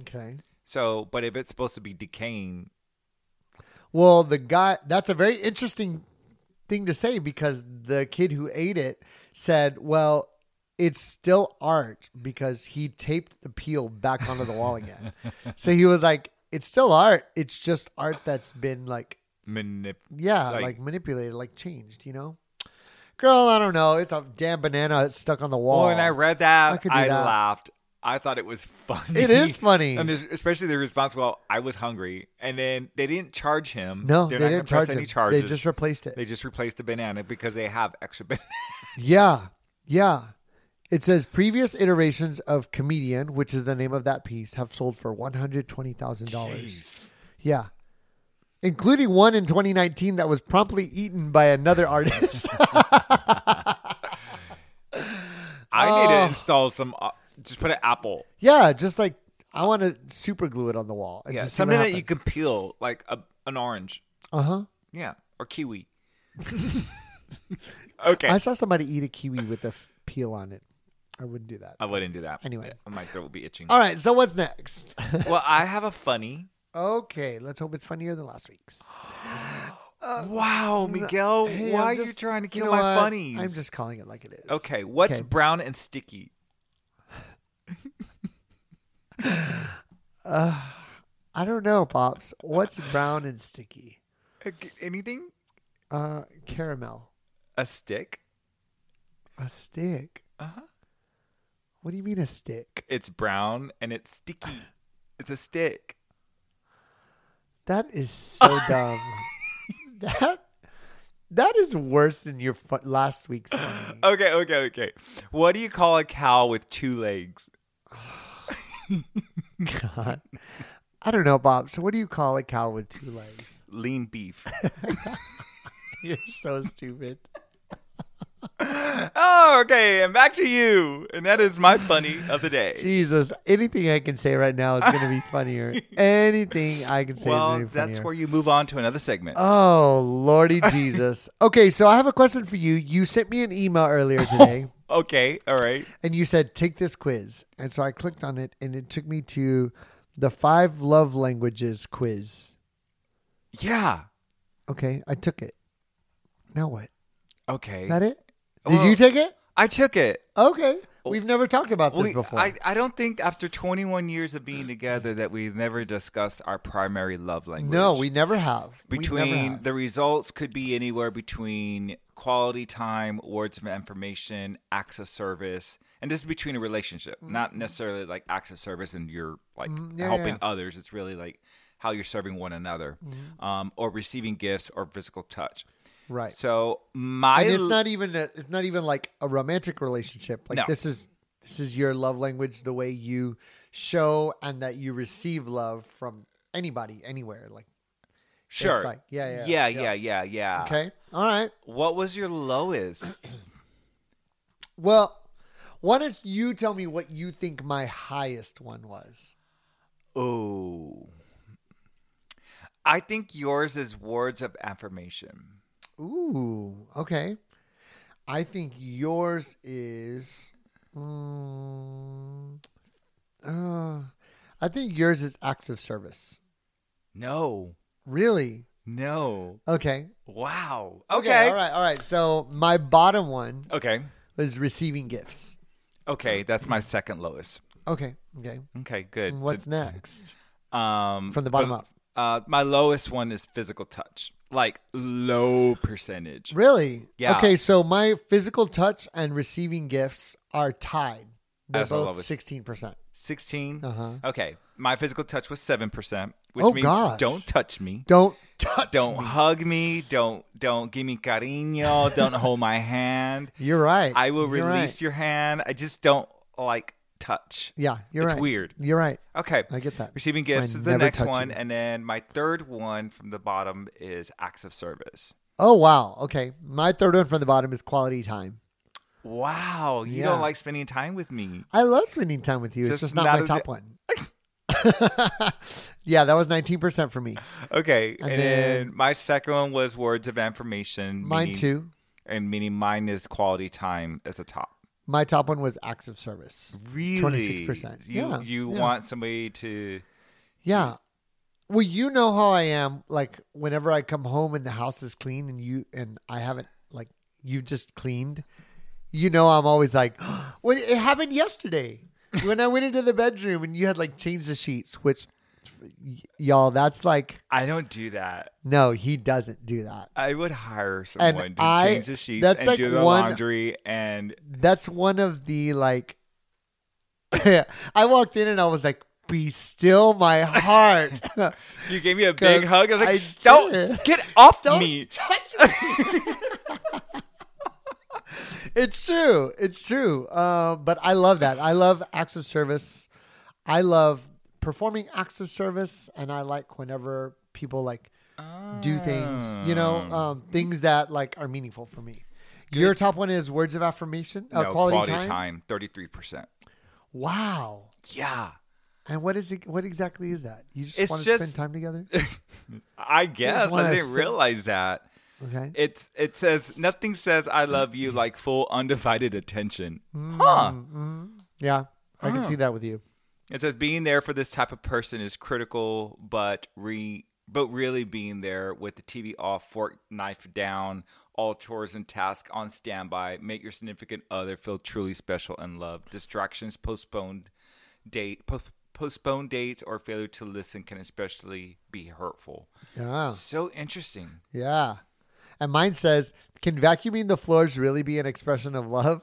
[SPEAKER 1] Okay.
[SPEAKER 2] So, but if it's supposed to be decaying,
[SPEAKER 1] Well, the guy, that's a very interesting thing to say because the kid who ate it said, well, it's still art because he taped the peel back onto the wall again.
[SPEAKER 2] [laughs]
[SPEAKER 1] so he was like, it's still art. It's just art that's been like,
[SPEAKER 2] manip-
[SPEAKER 1] yeah,
[SPEAKER 2] Like-
[SPEAKER 1] like, manipulated, like changed, you know? Girl, I don't know. It's a damn banana stuck on the wall.
[SPEAKER 2] when I read that,
[SPEAKER 1] I could do
[SPEAKER 2] I,
[SPEAKER 1] that.
[SPEAKER 2] laughed. I thought it was funny.
[SPEAKER 1] It is funny.
[SPEAKER 2] [laughs] and es- especially the response. Well, I was hungry, and then they didn't charge him.
[SPEAKER 1] no,
[SPEAKER 2] They're
[SPEAKER 1] they
[SPEAKER 2] not
[SPEAKER 1] didn't
[SPEAKER 2] gonna press
[SPEAKER 1] charge it.
[SPEAKER 2] any charges.
[SPEAKER 1] They just replaced it.
[SPEAKER 2] They just replaced the banana because they have extra banana.
[SPEAKER 1] Yeah, yeah. It says previous iterations of Comedian, which is the name of that piece, have sold for one hundred twenty thousand dollars. Yeah, including one in 2019 that was promptly eaten by another [laughs] artist.
[SPEAKER 2] [laughs] I need to install some. Uh, just put an apple.
[SPEAKER 1] yeah, Oh. just like I want to super glue it on the wall. And
[SPEAKER 2] Yeah,
[SPEAKER 1] just
[SPEAKER 2] something that you can peel, like a, an orange.
[SPEAKER 1] Uh huh.
[SPEAKER 2] Yeah, or kiwi. [laughs] okay,
[SPEAKER 1] I
[SPEAKER 2] I,
[SPEAKER 1] saw somebody eat a kiwi with a f- peel on it. I wouldn't do that.
[SPEAKER 2] wouldn't do that.
[SPEAKER 1] Anyway.
[SPEAKER 2] Yeah, my throat will be itching.
[SPEAKER 1] All right, so what's
[SPEAKER 2] [laughs]
[SPEAKER 1] next?
[SPEAKER 2] Well, I have a funny.
[SPEAKER 1] okay, let's hope it's funnier than last week's.
[SPEAKER 2] wow, Miguel,
[SPEAKER 1] Uh, Hey,
[SPEAKER 2] why
[SPEAKER 1] I'm
[SPEAKER 2] are you
[SPEAKER 1] just-
[SPEAKER 2] trying to kill
[SPEAKER 1] know
[SPEAKER 2] my
[SPEAKER 1] what?
[SPEAKER 2] funnies?
[SPEAKER 1] I'm just calling it like it is.
[SPEAKER 2] okay. What's
[SPEAKER 1] Okay.
[SPEAKER 2] brown and sticky?
[SPEAKER 1] I don't know, Pops. What's brown and sticky?
[SPEAKER 2] Uh, g- Anything?
[SPEAKER 1] Uh, caramel.
[SPEAKER 2] A stick?
[SPEAKER 1] A stick.
[SPEAKER 2] Uh huh.
[SPEAKER 1] What do you mean a stick?
[SPEAKER 2] It's brown and it's
[SPEAKER 1] [sighs]
[SPEAKER 2] sticky. It's a stick.
[SPEAKER 1] That is [laughs] so dumb. That that is worse than your fu- last week's. [laughs] funny.
[SPEAKER 2] Okay, okay, okay. What do you call a cow with two legs?
[SPEAKER 1] God. I don't know, Bob. So, what do you call a cow with two legs?
[SPEAKER 2] Lean beef.
[SPEAKER 1] [laughs] You're so stupid.
[SPEAKER 2] oh, okay. And back to you. And that is my funny of
[SPEAKER 1] [laughs]
[SPEAKER 2] the day.
[SPEAKER 1] Jesus, anything I can say right now is going to be [laughs] funnier. anything I can say is
[SPEAKER 2] Well,
[SPEAKER 1] going to be funnier.
[SPEAKER 2] that's where you move on to another segment.
[SPEAKER 1] Oh,
[SPEAKER 2] [laughs]
[SPEAKER 1] Lordy Jesus. Okay, so I have a question for you. You sent me an email
[SPEAKER 2] [laughs]
[SPEAKER 1] earlier today.
[SPEAKER 2] okay, all right.
[SPEAKER 1] and you said take this quiz and so i clicked on it and it took me to the five love languages quiz
[SPEAKER 2] Yeah.
[SPEAKER 1] okay i took it now what
[SPEAKER 2] Okay.
[SPEAKER 1] that it did
[SPEAKER 2] Well-
[SPEAKER 1] you take it
[SPEAKER 2] I took it.
[SPEAKER 1] okay we've never talked about this
[SPEAKER 2] We,
[SPEAKER 1] before
[SPEAKER 2] I, I don't think after 21 years of being together that we've never discussed our primary love language.
[SPEAKER 1] no we never have We never
[SPEAKER 2] between
[SPEAKER 1] have.
[SPEAKER 2] the results could be anywhere between quality time, words of information, acts of service, and this is between a relationship, not necessarily like acts of service and you're like
[SPEAKER 1] Mm-hmm. yeah,
[SPEAKER 2] helping
[SPEAKER 1] yeah.
[SPEAKER 2] others. It's really like how you're serving one another, um, or receiving gifts or physical touch.
[SPEAKER 1] Mm-hmm. right
[SPEAKER 2] So my
[SPEAKER 1] and it's not even a, it's not even like a romantic relationship like
[SPEAKER 2] No.
[SPEAKER 1] this is this is your love language the way you show and that you receive love from anybody anywhere like
[SPEAKER 2] sure,
[SPEAKER 1] like- yeah, yeah,
[SPEAKER 2] yeah,
[SPEAKER 1] yeah.
[SPEAKER 2] yeah, yeah, yeah.
[SPEAKER 1] okay all right
[SPEAKER 2] What was your lowest?
[SPEAKER 1] [clears throat] Well, why don't you tell me what you think my highest one was?
[SPEAKER 2] oh, I think yours is words of affirmation.
[SPEAKER 1] Ooh, okay. I think yours is. mm, uh, I think yours is acts of service.
[SPEAKER 2] No.
[SPEAKER 1] Really?
[SPEAKER 2] No.
[SPEAKER 1] Okay.
[SPEAKER 2] Wow. Okay.
[SPEAKER 1] All right. All right. So my bottom one
[SPEAKER 2] Okay.
[SPEAKER 1] was receiving gifts.
[SPEAKER 2] Okay. That's my second lowest.
[SPEAKER 1] Okay. Okay.
[SPEAKER 2] Okay. Good.
[SPEAKER 1] And what's next?
[SPEAKER 2] um
[SPEAKER 1] From the bottom up.
[SPEAKER 2] Uh, my lowest one is physical touch, like low percentage.
[SPEAKER 1] Really?
[SPEAKER 2] Yeah.
[SPEAKER 1] Okay, so my physical touch and receiving gifts are tied. They're
[SPEAKER 2] That's what I
[SPEAKER 1] both
[SPEAKER 2] love.
[SPEAKER 1] sixteen percent.
[SPEAKER 2] 16
[SPEAKER 1] Uh-huh.
[SPEAKER 2] Okay. My physical touch was seven percent, which
[SPEAKER 1] Oh,
[SPEAKER 2] means
[SPEAKER 1] gosh.
[SPEAKER 2] don't touch me.
[SPEAKER 1] Don't touch.
[SPEAKER 2] Don't
[SPEAKER 1] me.
[SPEAKER 2] hug me. Don't don't give me cariño. don't hold
[SPEAKER 1] [laughs]
[SPEAKER 2] my hand.
[SPEAKER 1] You're right.
[SPEAKER 2] I will
[SPEAKER 1] You're
[SPEAKER 2] release
[SPEAKER 1] right.
[SPEAKER 2] your hand. I just don't like touch.
[SPEAKER 1] Yeah, you're
[SPEAKER 2] it's
[SPEAKER 1] right.
[SPEAKER 2] weird.
[SPEAKER 1] You're right.
[SPEAKER 2] Okay.
[SPEAKER 1] I get that.
[SPEAKER 2] Receiving
[SPEAKER 1] That's why
[SPEAKER 2] gifts
[SPEAKER 1] I
[SPEAKER 2] is the
[SPEAKER 1] never
[SPEAKER 2] next
[SPEAKER 1] touch
[SPEAKER 2] one.
[SPEAKER 1] you.
[SPEAKER 2] And then my third one from the bottom is acts of service.
[SPEAKER 1] Oh wow. Okay, my third one from the bottom is quality time.
[SPEAKER 2] Wow. You
[SPEAKER 1] Yeah.
[SPEAKER 2] don't like spending time with me.
[SPEAKER 1] I love spending time with you. it's just
[SPEAKER 2] Just
[SPEAKER 1] not,
[SPEAKER 2] not
[SPEAKER 1] my
[SPEAKER 2] a
[SPEAKER 1] top one. [laughs] yeah, that was nineteen percent for me.
[SPEAKER 2] Okay.
[SPEAKER 1] And
[SPEAKER 2] And, then,
[SPEAKER 1] then-
[SPEAKER 2] my second one was words of affirmation.
[SPEAKER 1] Mine
[SPEAKER 2] meaning-
[SPEAKER 1] too.
[SPEAKER 2] And meaning mine is quality time at the top.
[SPEAKER 1] My top one was acts of service.
[SPEAKER 2] Really?
[SPEAKER 1] 26%.
[SPEAKER 2] You,
[SPEAKER 1] Yeah,
[SPEAKER 2] you
[SPEAKER 1] yeah.
[SPEAKER 2] want somebody to.
[SPEAKER 1] Yeah. Well, you know how I am. Like whenever I come home and the house is clean and you and I haven't like you just cleaned, you know I'm always like, [gasps] well, it happened yesterday when I went into the bedroom and you had like changed the sheets, which y- y'all that's like
[SPEAKER 2] I don't do that.
[SPEAKER 1] no, he doesn't do that.
[SPEAKER 2] I would hire someone to
[SPEAKER 1] I-
[SPEAKER 2] change the sheets
[SPEAKER 1] that's
[SPEAKER 2] and
[SPEAKER 1] like
[SPEAKER 2] do the
[SPEAKER 1] one-
[SPEAKER 2] laundry and
[SPEAKER 1] That's one of the like. [laughs] I walked in and I was like, "Be still, my heart."
[SPEAKER 2] You gave me a big
[SPEAKER 1] 'Cause
[SPEAKER 2] hug. I was
[SPEAKER 1] I [laughs]
[SPEAKER 2] like, "Don't
[SPEAKER 1] did.
[SPEAKER 2] get off
[SPEAKER 1] Don't
[SPEAKER 2] me!"
[SPEAKER 1] it's true. It's true. Uh, but I love that. I love acts of service. I love performing acts of service, and I like whenever people like do things. You know,
[SPEAKER 2] Ah.
[SPEAKER 1] um, things that like are meaningful for me. Your top one is words of affirmation, uh,
[SPEAKER 2] no,
[SPEAKER 1] quality, time.
[SPEAKER 2] time, thirty-three percent.
[SPEAKER 1] Wow.
[SPEAKER 2] Yeah,
[SPEAKER 1] And what is it? What exactly is that? You just
[SPEAKER 2] It's
[SPEAKER 1] want to
[SPEAKER 2] just-
[SPEAKER 1] spend time together.
[SPEAKER 2] [laughs] I guess
[SPEAKER 1] wanna
[SPEAKER 2] I didn't
[SPEAKER 1] sit-
[SPEAKER 2] realize that.
[SPEAKER 1] Okay.
[SPEAKER 2] It's it says nothing says I love you like full undivided attention.
[SPEAKER 1] Hmm.
[SPEAKER 2] Huh.
[SPEAKER 1] yeah, I
[SPEAKER 2] Ah.
[SPEAKER 1] can see that with you.
[SPEAKER 2] It says being there for this type of person is critical, but re but really being there with the TV off, fork knife down, all chores and tasks on standby, make your significant other feel truly special and loved. Distractions, postponed date, po- postponed dates, or failure to listen can especially be hurtful.
[SPEAKER 1] Yeah.
[SPEAKER 2] So interesting.
[SPEAKER 1] Yeah. And mine says, can vacuuming the floors really be an expression of love?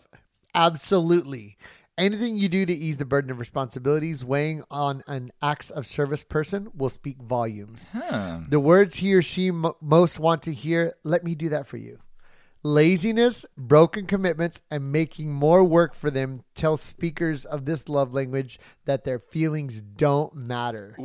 [SPEAKER 1] Absolutely. Anything you do to ease the burden of responsibilities weighing on an acts of service person will speak volumes.
[SPEAKER 2] Huh.
[SPEAKER 1] The words he or she m- most want to hear, let me do that for you. Laziness, broken commitments, and making more work for them tell speakers of this love language that their feelings don't matter.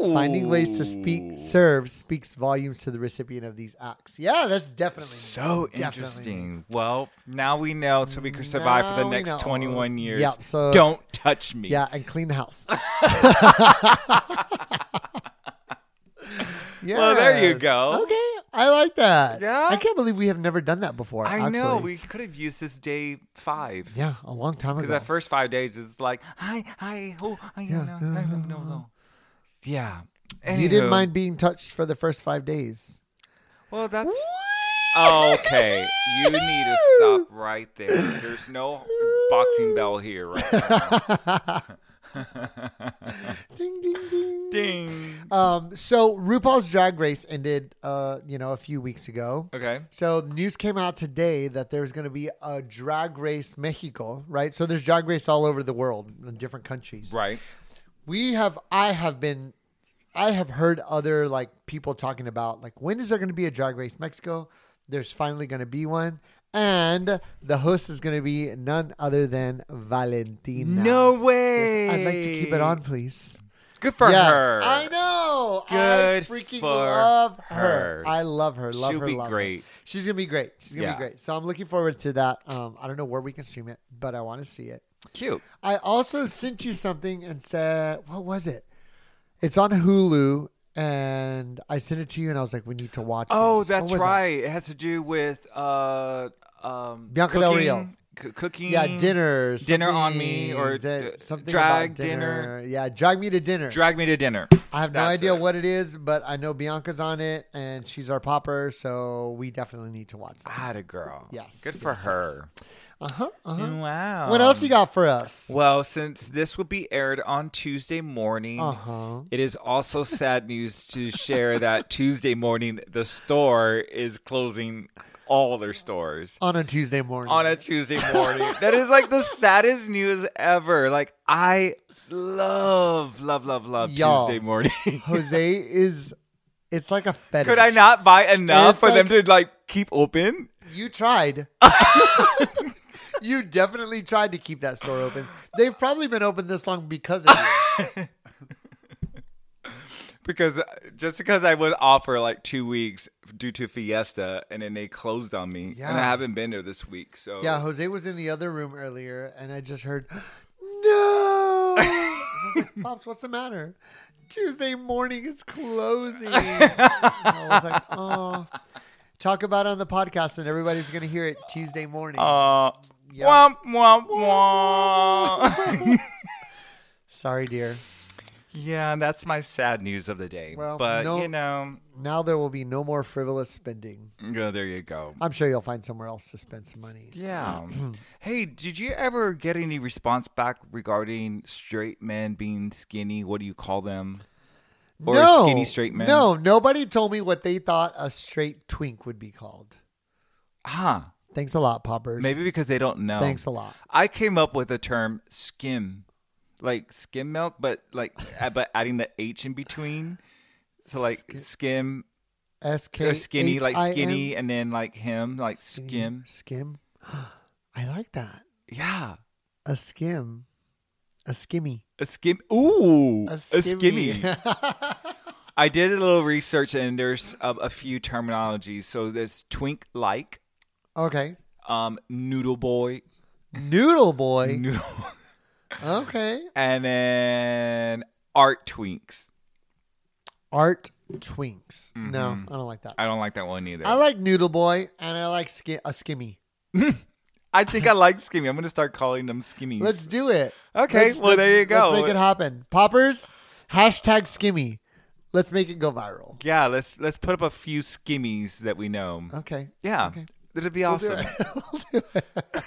[SPEAKER 1] Finding ways to speak serve speaks volumes to the recipient of these acts. Yeah, that's definitely
[SPEAKER 2] So
[SPEAKER 1] definitely.
[SPEAKER 2] interesting. Well, now we know, so we can survive for
[SPEAKER 1] Now
[SPEAKER 2] the
[SPEAKER 1] we
[SPEAKER 2] next
[SPEAKER 1] know.
[SPEAKER 2] 21 years.
[SPEAKER 1] Yeah, so-
[SPEAKER 2] Don't touch me.
[SPEAKER 1] Yeah, and clean the house. yeah.
[SPEAKER 2] [laughs] Well, there you go.
[SPEAKER 1] Okay, I like that.
[SPEAKER 2] Yeah?
[SPEAKER 1] I can't believe we have never done that before.
[SPEAKER 2] I know.
[SPEAKER 1] actually.
[SPEAKER 2] We could have used this day five.
[SPEAKER 1] Yeah, a long time
[SPEAKER 2] Because
[SPEAKER 1] ago.
[SPEAKER 2] that first five days is like, hi, hi, oh, I
[SPEAKER 1] Yeah.
[SPEAKER 2] no, no, no, no, no. Yeah.
[SPEAKER 1] you didn't
[SPEAKER 2] Anywho.
[SPEAKER 1] mind being touched for the first five days.
[SPEAKER 2] Well, that's. Okay. You need to stop right there. There's no boxing bell here right now.
[SPEAKER 1] Ding ding [laughs] ding.
[SPEAKER 2] Ding.
[SPEAKER 1] Um, so RuPaul's Drag Race ended, uh, you know, a few weeks ago.
[SPEAKER 2] Okay.
[SPEAKER 1] So the news came out today that there's going to be a Drag Race Mexico, right? So there's Drag Race all over the world in different countries.
[SPEAKER 2] Right.
[SPEAKER 1] We have, I have been, I have heard other like people talking about like when is there going to be a Drag Race Mexico? There's finally going to be one, and the host is going to be none other than Valentina.
[SPEAKER 2] No way.
[SPEAKER 1] Yes, I'd like to keep it on, please.
[SPEAKER 2] Good for
[SPEAKER 1] Yes,
[SPEAKER 2] her.
[SPEAKER 1] I know.
[SPEAKER 2] Good
[SPEAKER 1] I freaking
[SPEAKER 2] for
[SPEAKER 1] love her.
[SPEAKER 2] her.
[SPEAKER 1] I love her. Love
[SPEAKER 2] She'll
[SPEAKER 1] her.
[SPEAKER 2] be
[SPEAKER 1] love her.
[SPEAKER 2] great.
[SPEAKER 1] She's gonna be great. She's gonna
[SPEAKER 2] Yeah.
[SPEAKER 1] be great. So I'm looking forward to that. Um, I don't know where we can stream it, but I want to see it.
[SPEAKER 2] Cute.
[SPEAKER 1] I also sent you something and said, what was it? It's on Hulu, and I sent it to you, and I was like, we need to watch.
[SPEAKER 2] Oh,
[SPEAKER 1] this. What
[SPEAKER 2] that's
[SPEAKER 1] was it?
[SPEAKER 2] right. It has to do with uh, um,
[SPEAKER 1] Bianca Del
[SPEAKER 2] cooking-
[SPEAKER 1] Rio.
[SPEAKER 2] c- cooking.
[SPEAKER 1] Yeah, dinner.
[SPEAKER 2] Dinner on me
[SPEAKER 1] something,
[SPEAKER 2] or
[SPEAKER 1] di-
[SPEAKER 2] d-
[SPEAKER 1] something
[SPEAKER 2] drag
[SPEAKER 1] about dinner. Yeah, drag me to dinner.
[SPEAKER 2] Drag me to dinner.
[SPEAKER 1] I have no
[SPEAKER 2] That's
[SPEAKER 1] idea
[SPEAKER 2] it.
[SPEAKER 1] what it is, but I know Bianca's on it and she's our popper, so we definitely need to watch that.
[SPEAKER 2] Had a girl.
[SPEAKER 1] Yes,
[SPEAKER 2] Good for
[SPEAKER 1] yes, yes.
[SPEAKER 2] her.
[SPEAKER 1] Uh huh. Uh-huh.
[SPEAKER 2] Wow.
[SPEAKER 1] What else you got for us?
[SPEAKER 2] Well, since this will be aired on Tuesday morning,
[SPEAKER 1] Uh huh.
[SPEAKER 2] it is also sad news to share that Tuesday morning the store is closing all their stores.
[SPEAKER 1] On a Tuesday morning.
[SPEAKER 2] on a Tuesday
[SPEAKER 1] [laughs]
[SPEAKER 2] morning. that is like the saddest news ever. Like I love, love, love, love
[SPEAKER 1] Y'all.
[SPEAKER 2] Tuesday morning.
[SPEAKER 1] Jose is. It's like a fetish.
[SPEAKER 2] [laughs] Could I not buy enough
[SPEAKER 1] It's
[SPEAKER 2] for them
[SPEAKER 1] like-
[SPEAKER 2] to like keep open?
[SPEAKER 1] You
[SPEAKER 2] [laughs]
[SPEAKER 1] tried. you definitely tried to keep that store open. They've probably been open this long because of you.
[SPEAKER 2] Because uh, just because I was off for like two weeks due to Fiesta, and then they closed on me, and I
[SPEAKER 1] Yeah.
[SPEAKER 2] haven't been there this week. So
[SPEAKER 1] Yeah, Jose was in the other room earlier, and I just heard, [gasps] "No, I was like, pops, what's the matter? Tuesday morning is
[SPEAKER 2] [laughs]
[SPEAKER 1] closing." And I was like, "Oh, talk about it on the podcast, and everybody's gonna hear it Tuesday morning."
[SPEAKER 2] Uh,
[SPEAKER 1] Yeah.
[SPEAKER 2] Womp womp womp. [laughs]
[SPEAKER 1] Sorry, dear.
[SPEAKER 2] yeah, that's my sad news of the day.
[SPEAKER 1] Well,
[SPEAKER 2] but
[SPEAKER 1] no-
[SPEAKER 2] you know,
[SPEAKER 1] Now there will be no more frivolous spending.
[SPEAKER 2] yeah, there you go.
[SPEAKER 1] I'm sure you'll find somewhere else to spend some money. [clears throat]
[SPEAKER 2] Yeah. hey, did you ever get any response back regarding straight men being skinny? What do you call them? Or skinny straight men?
[SPEAKER 1] No, nobody told me what they thought a straight twink would be called.
[SPEAKER 2] Huh.
[SPEAKER 1] Thanks a lot, poppers.
[SPEAKER 2] Maybe because they don't know.
[SPEAKER 1] Thanks a lot.
[SPEAKER 2] I came up with the term skim, like skim milk, but like a- but adding the H in between. So like skim
[SPEAKER 1] S K
[SPEAKER 2] or skinny, like
[SPEAKER 1] H I M?
[SPEAKER 2] skinny, and then like him, like skim.
[SPEAKER 1] Skim. [gasps] I like that.
[SPEAKER 2] Yeah.
[SPEAKER 1] A skim. A skimmy.
[SPEAKER 2] A skim. Ooh.
[SPEAKER 1] A
[SPEAKER 2] A,
[SPEAKER 1] skimmy.
[SPEAKER 2] skimmy. I did a little research and there's a, a few terminologies. So there's twink like,
[SPEAKER 1] [laughs] Okay.
[SPEAKER 2] um, noodle boy,
[SPEAKER 1] Noodle boy.
[SPEAKER 2] noodle, [laughs]
[SPEAKER 1] Okay.
[SPEAKER 2] and then art twinks.
[SPEAKER 1] Art twinks. No,
[SPEAKER 2] Mm-hmm.
[SPEAKER 1] I don't like that.
[SPEAKER 2] I don't like that one either.
[SPEAKER 1] I like noodle boy and I like ski- a skimmy.
[SPEAKER 2] I think I like skimmy. I'm gonna start calling them skimmies.
[SPEAKER 1] Let's do it.
[SPEAKER 2] Okay,
[SPEAKER 1] Let's-
[SPEAKER 2] well,
[SPEAKER 1] let's-
[SPEAKER 2] there you go.
[SPEAKER 1] Let's make it happen. Poppers, hashtag skimmy. Let's make it go viral.
[SPEAKER 2] yeah, let's let's put up a few skimmies that we know.
[SPEAKER 1] Okay.
[SPEAKER 2] yeah,
[SPEAKER 1] Oh, okay.
[SPEAKER 2] that'd be
[SPEAKER 1] We'll do
[SPEAKER 2] awesome.
[SPEAKER 1] it. [laughs] We'll do
[SPEAKER 2] [laughs]
[SPEAKER 1] it.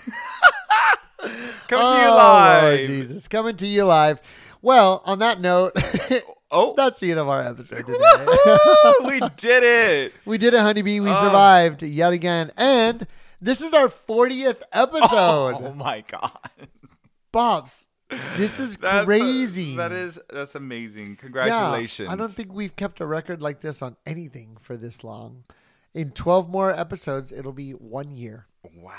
[SPEAKER 2] Come to you
[SPEAKER 1] Oh, Lord
[SPEAKER 2] live.
[SPEAKER 1] Jesus. Coming to you live. Well, on that note, [laughs]
[SPEAKER 2] Oh.
[SPEAKER 1] that's the end of our
[SPEAKER 2] [laughs]
[SPEAKER 1] episode today. [laughs]
[SPEAKER 2] Woo-hoo! we did it.
[SPEAKER 1] we did it, honeybee.
[SPEAKER 2] Oh.
[SPEAKER 1] We survived yet again. And this is our 40th episode.
[SPEAKER 2] Oh my god. [laughs]
[SPEAKER 1] Bobs, this is
[SPEAKER 2] That's-
[SPEAKER 1] crazy.
[SPEAKER 2] that is that's amazing.
[SPEAKER 1] Yeah,
[SPEAKER 2] Congratulations.
[SPEAKER 1] I don't think we've kept a record like this on anything for this long. In 12 more episodes, it'll be one year.
[SPEAKER 2] Wow.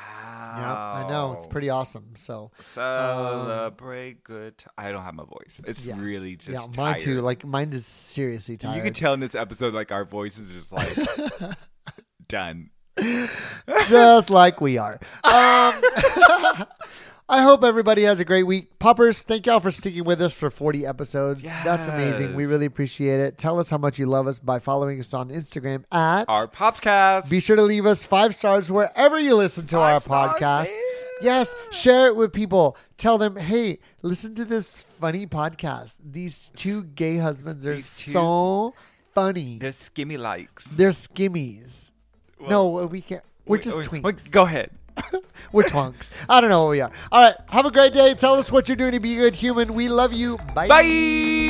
[SPEAKER 1] Yeah, I know. It's pretty uh, awesome. So,
[SPEAKER 2] Celebrate good. T- I don't have my voice. It's
[SPEAKER 1] yeah.
[SPEAKER 2] really just
[SPEAKER 1] yeah, mine
[SPEAKER 2] tired.
[SPEAKER 1] too. Like, mine is seriously tired.
[SPEAKER 2] You can tell in this episode, like our voices are just like
[SPEAKER 1] [laughs]
[SPEAKER 2] done.
[SPEAKER 1] just like we are. Um, [laughs] I hope everybody has a great week. Poppers, thank y'all for sticking with us for 40 episodes. That's amazing. We
[SPEAKER 2] Yes.
[SPEAKER 1] really appreciate it. Tell us how much you love us by following us on Instagram at.
[SPEAKER 2] Our podcast.
[SPEAKER 1] Be sure to leave us five stars wherever you listen to
[SPEAKER 2] Five
[SPEAKER 1] our
[SPEAKER 2] stars,
[SPEAKER 1] podcast.
[SPEAKER 2] man.
[SPEAKER 1] Yes, share it with people. Tell them, hey, listen to this funny podcast. These two gay husbands are
[SPEAKER 2] These two-
[SPEAKER 1] so funny.
[SPEAKER 2] They're skimmy likes.
[SPEAKER 1] They're skimmies. no, we can't. We're just
[SPEAKER 2] Wait, wait,
[SPEAKER 1] twinks.
[SPEAKER 2] wait, Go ahead.
[SPEAKER 1] We're twunks. I don't know what we are. All right. Have a great day. Tell us what you're doing to be a good human. We love you. Bye.
[SPEAKER 2] Bye.